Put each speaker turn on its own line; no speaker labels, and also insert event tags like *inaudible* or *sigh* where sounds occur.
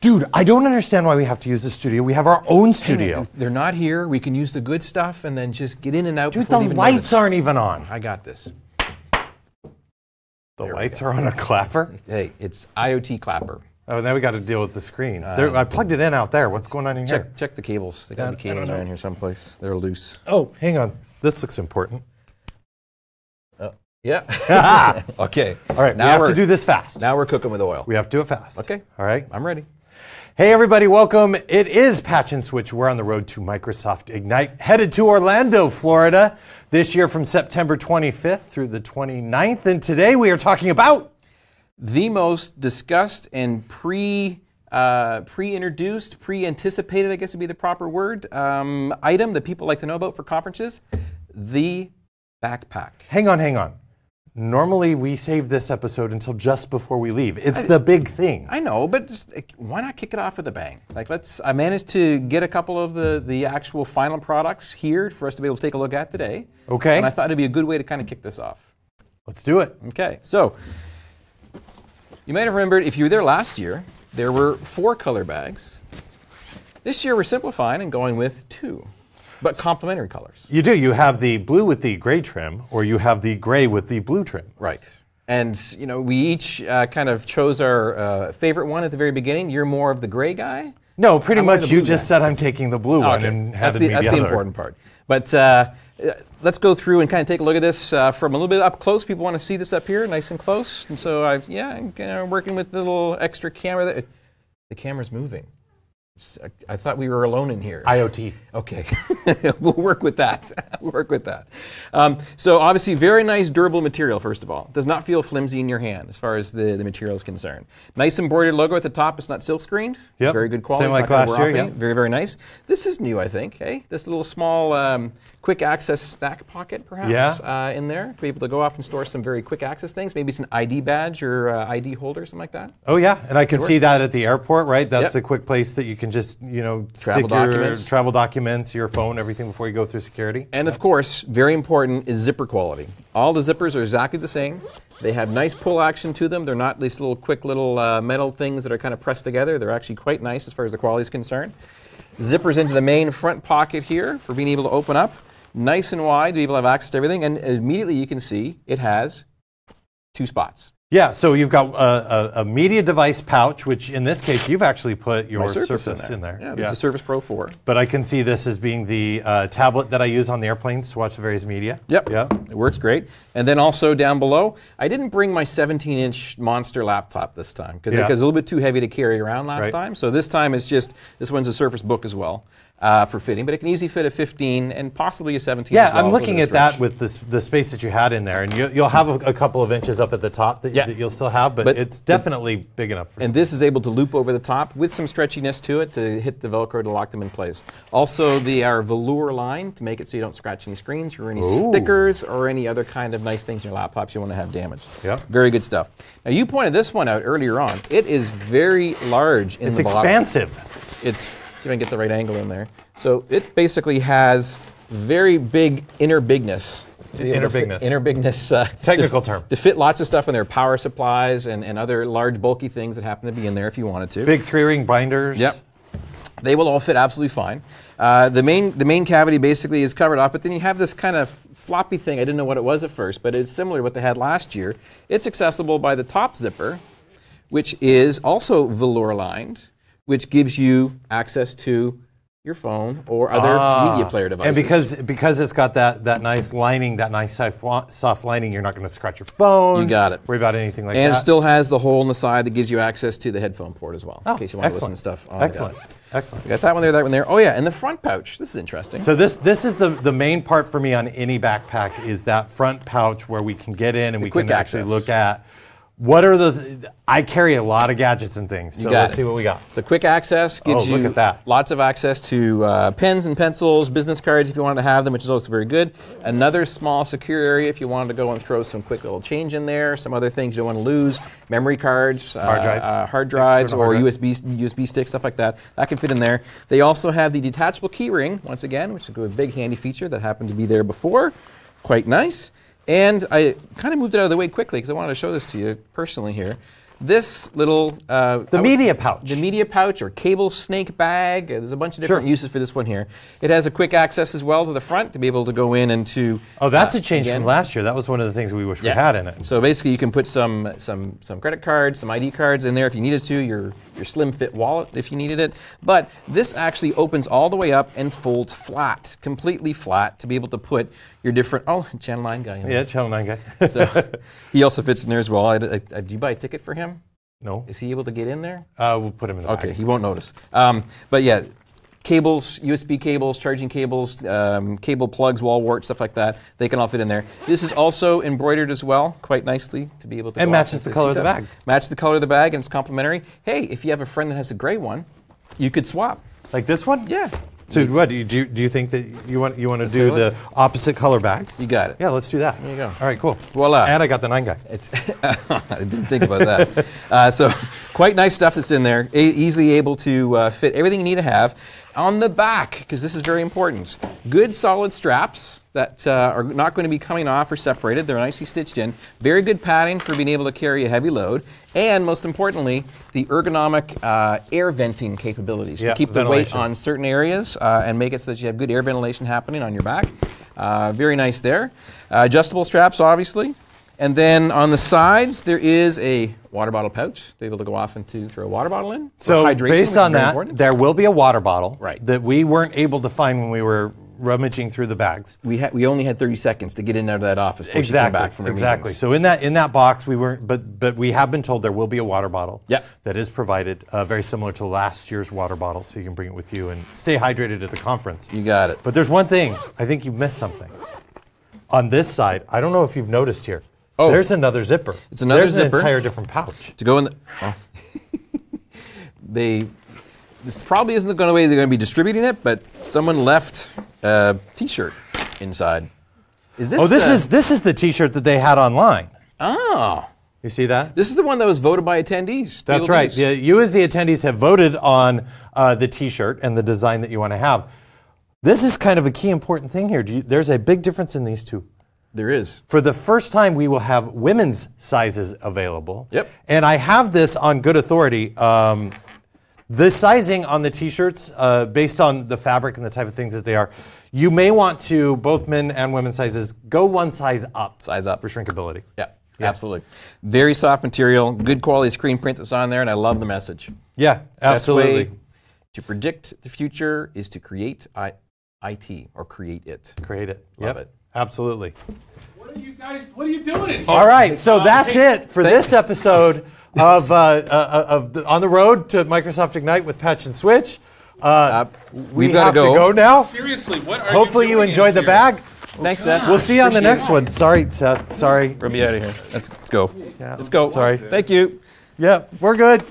Dude, I don't understand why we have to use the studio. We have our own studio.
They're not here. We can use the good stuff and then just get in and out.
Dude,
before
the
they even
lights
notice.
aren't even on.
I got this.
The lights are on a clapper?
Hey, it's IoT clapper.
Oh, now we got to deal with the screens. There- I plugged it in out there. What's going on in here?
Check, check the cables. They got to be
I don't
cables
know.
around here someplace. They're loose.
Oh, hang on. This looks important.
Yeah. *laughs* okay.
All right, we have
we're-
to do this fast.
Now we're cooking with oil.
we have to do it fast.
okay.
All right.
I'm ready.
Hey, everybody, welcome. It is Patch and Switch. We're on the road to Microsoft Ignite, headed to Orlando, Florida, this year from September 25th through the 29th. And today we are talking about
the most discussed and pre uh, pre-introduced, pre-anticipated, I guess would be the proper word, um, item that people like to know about for conferences, the backpack.
Hang on, hang on. Normally, we save this episode until just before we leave. It's the big thing.
I know, but just, like, why not kick it off with a bang? Like, let's. I managed to get a couple of the the actual final products here for us to be able to take a look at today.
Okay.
And I thought it'd be a good way to kind of kick this off.
Let's do it.
Okay, so you might have remembered if you were there last year, there were four color bags. This year we're simplifying and going with two, but complementary colors.
You do. You have the blue with the gray trim, or you have the gray with the blue trim.
Right. And you know we each uh, kind of chose our uh, favorite one at the very beginning. You're more of the gray guy.
No, pretty
I'm
much
the
you
blue
just
guy.
said I'm taking the blue one
Okay,
and
that's
handed
the,
me
that's
the
the
other.
important part. But uh, uh, let's go through and kind of take a look at this uh, from a little bit up close. People want to see this up here, nice and close. And so I've yeah, I'm kinda working with the little extra camera. That, the camera's moving. It's- I, I thought we were alone in here.
IoT.
Okay, *laughs* we'll work with that. *laughs* we'll work with that. Um, so obviously, very nice durable material. First of all, does not feel flimsy in your hand as far as the, the material is concerned. Nice embroidered logo at the top. It's not silk screened.
Yep.
Very good quality.
Same like
It's not gonna
last
wear
year,
off any-
yeah.
Very very nice. This is new, I think. Hey, this little small um, quick access stack pocket, perhaps.
Yeah.
Uh, in there, to be able to go off and store some very quick access things. Maybe it's an ID badge or uh, ID holder, something like that.
Oh yeah, and I can see that at the airport, right? That's
Yep.
a quick place that you can just, you know,
Travel
stick your
documents.
travel documents, your phone, everything before you go through security.
And of course, very important is zipper quality. All the zippers are exactly the same. They have nice pull action to them. They're not these little quick little uh, metal things that are kind of pressed together. They're actually quite nice as far as the quality is concerned. Zippers into the main front pocket here for being able to open up nice and wide to be able to have access to everything. And immediately you can see it has two spots.
Yeah, so you've got a, a, a media device pouch, which in this case you've actually put your
My
Surface, in there.
Yeah, this is a Surface Pro 4.
But I can see this as being the uh, tablet that I use on the airplanes to watch the various media.
Yep.
Yeah.
It works great. And then also down below, I didn't bring my 17 inch monster laptop this time because
Yeah.
it was a little bit too heavy to carry around last
Right.
time. So this time it's just, this one's a Surface Book as well uh, for fitting, but it can easily fit a 15 and possibly a 17
Yeah,
as well.
I'm
Those are
looking
the
at that
stretch.
with this, the space that you had in there, and you, you'll have a, a couple of inches up at the top that,
Yeah.
that you'll still have, but,
But
it's definitely big enough. For
And this is able to loop over the top with some stretchiness to it to hit the Velcro to lock them in place. Also, the our velour line to make it so you don't scratch any screens or any stickers or any other kind of nice things in your laptops you want to have damaged.
Yeah.
Very good stuff. Now, you pointed this one out earlier on. It is very large in
it's
the bottom.
expansive.
It's, see if I can get the right angle in there. So it basically has very big inner bigness. to be able
Inner
to fit-
bigness.
Inner bigness. Uh,
Technical
to,
term.
To fit lots of stuff in there, power supplies and, and other large bulky things that happen to be in there if you wanted to.
Big three ring binders.
Yep. They will all fit absolutely fine. Uh, the main the main cavity basically is covered off, but then you have this kind of floppy thing. I didn't know what it was at first, but it's similar to what they had last year. It's accessible by the top zipper, which is also velour lined, which gives you access to your phone or other media player devices.
Ah. And because because it's got that, that nice lining, that nice soft, lo- soft lining, you're not going to scratch your phone.
You got it.
Worry about anything like
and
that.
it still has the hole in the side that gives you access to the headphone port as well,
Oh,
in case you want
excellent.
to listen to stuff on the go.
Excellent. Excellent.
You got that one there, that one there. Oh yeah, and the front pouch. This is interesting.
So this this is the, the main part for me on any backpack is that front pouch where we can get in and we
quick
can actually
access.
look at what are the I carry a lot of gadgets and things. So
got
let's
it.
see what we got.
So quick access gives
Oh,
you
look at that.
lots of access to uh, pens and pencils, business cards if you wanted to have them, which is also very good. Another small secure area if you wanted to go and throw some quick little change in there, some other things you don't want to lose, memory cards,
Hard drives.
uh, hard drives
External
or
hard drives.
USB USB sticks, stuff like that. That can fit in there. They also have the detachable key ring once again, which is a big handy feature that happened to be there before. Quite nice. And I kind of moved it out of the way quickly because I wanted to show this to you personally here. This little uh,
The
I would-
media pouch.
the media pouch or cable snake bag. uh, There's a bunch of different
Sure.
uses for this one here. It has a quick access as well to the front to be able to go in and to.
Oh, that's
uh,
a change
again,
from last year. That was one of the things we wish we
yeah.
had in it.
So basically, you can put some some some credit cards, some ID cards in there if you needed to. Your your slim fit wallet if you needed it. But this actually opens all the way up and folds flat, completely flat, to be able to put your different. Oh, *laughs* Channel Nine guy. In
Yeah, Channel 9 guy.
There. So *laughs* he also fits in there as well. I, I, I, do you buy a ticket for him?
*laughs* no.
Is he able to get in there?
Uh, we'll put him in the
Okay, he won't notice. Um, but yeah, cables, USB cables, charging cables, um, cable plugs, wall wart, stuff like that. They can all fit in there. This is also embroidered as well, quite nicely to be able to.
And
go off
matches
into
the color of the
setup.
bag.
Match the color of the bag, and it's complimentary. Hey, if you have a friend that has a gray one, you could swap.
back. Like this one?
Yeah,
So what do you do? You, do you think that you want you want to do
do it.
the opposite color back?
you got it.
Yeah, let's do that. There
you go.
All right, cool.
Voila.
And I got the nine guy.
It's *laughs* I didn't think about that. Uh, so, quite nice stuff that's in there. E- easily able to uh, fit everything you need to have on the back because this is very important. Good solid straps that uh, are not going to be coming off or separated. They're nicely stitched in. Very good padding for being able to carry a heavy load, and most importantly, the ergonomic uh, air venting capabilities
Yeah,
to keep the weight
ventilation.
on certain areas uh, and make it so that you have good air ventilation happening on your back. Uh, very nice there. Uh, adjustable straps, obviously. And then on the sides, there is a water bottle pouch. They're able to go off and to throw a water bottle in.
So
for hydration, which is
based on
very
that,
important.
there will be a water bottle
Right.
that we weren't able to find when we were rummaging through the bags.
we, ha- we only had 30 seconds to get in and out of that office before she came
Exactly.
back from her
exactly.
meetings.
So in that in that box, we weren't, but but we have been told there will be a water bottle.
Yeah.
That is provided, uh, very similar to last year's water bottle, so you can bring it with you and stay hydrated at the conference.
You got it.
But there's one thing. I think you've missed something. On this side, I don't know if you've noticed here.
Oh.
There's another zipper.
It's another
there's
zipper.
an entire different pouch.
to go in the. Oh. *laughs* they. This probably isn't the way they're going to be distributing it, but someone left a T-shirt inside. Is this?
Oh, this
the-
is this is the T-shirt that they had online.
Oh,
You see that?
this is the one that was voted by attendees. to be
That's
able to
right.
use.
Yeah, you as the attendees have voted on uh, the T-shirt and the design that you want to have. This is kind of a key important thing here. Do you, there's a big difference in these two.
There is.
For the first time, we will have women's sizes available.
Yep.
And I have this on good authority. Um, the sizing on the t-shirts, uh, based on the fabric and the type of things that they are, you may want to both men and women's sizes go one size up.
Size up.
for shrinkability.
Yeah, absolutely. Very soft material, good quality screen print that's on there, and I love the message.
Yeah,
Best way
absolutely.
To predict the future is to create I- IT or create it.
Create it.
Love
Yep,
it.
Absolutely.
What are you guys? What are you doing in here?
All right, so that's
Thank-
it for this episode of, uh, uh, of the, On the Road to Microsoft Ignite with Patch and Switch. Uh, we
we've gotta
have to
go.
go now.
Seriously, what are
Hopefully you
doing in
enjoyed the
here?
bag.
Thanks, Seth.
We'll see you on the
Appreciate
next one. Sorry, Seth. Sorry.
We'll be out of here. Let's, let's go. Let's go.
Sorry.
Thank you.
Yeah, we're good.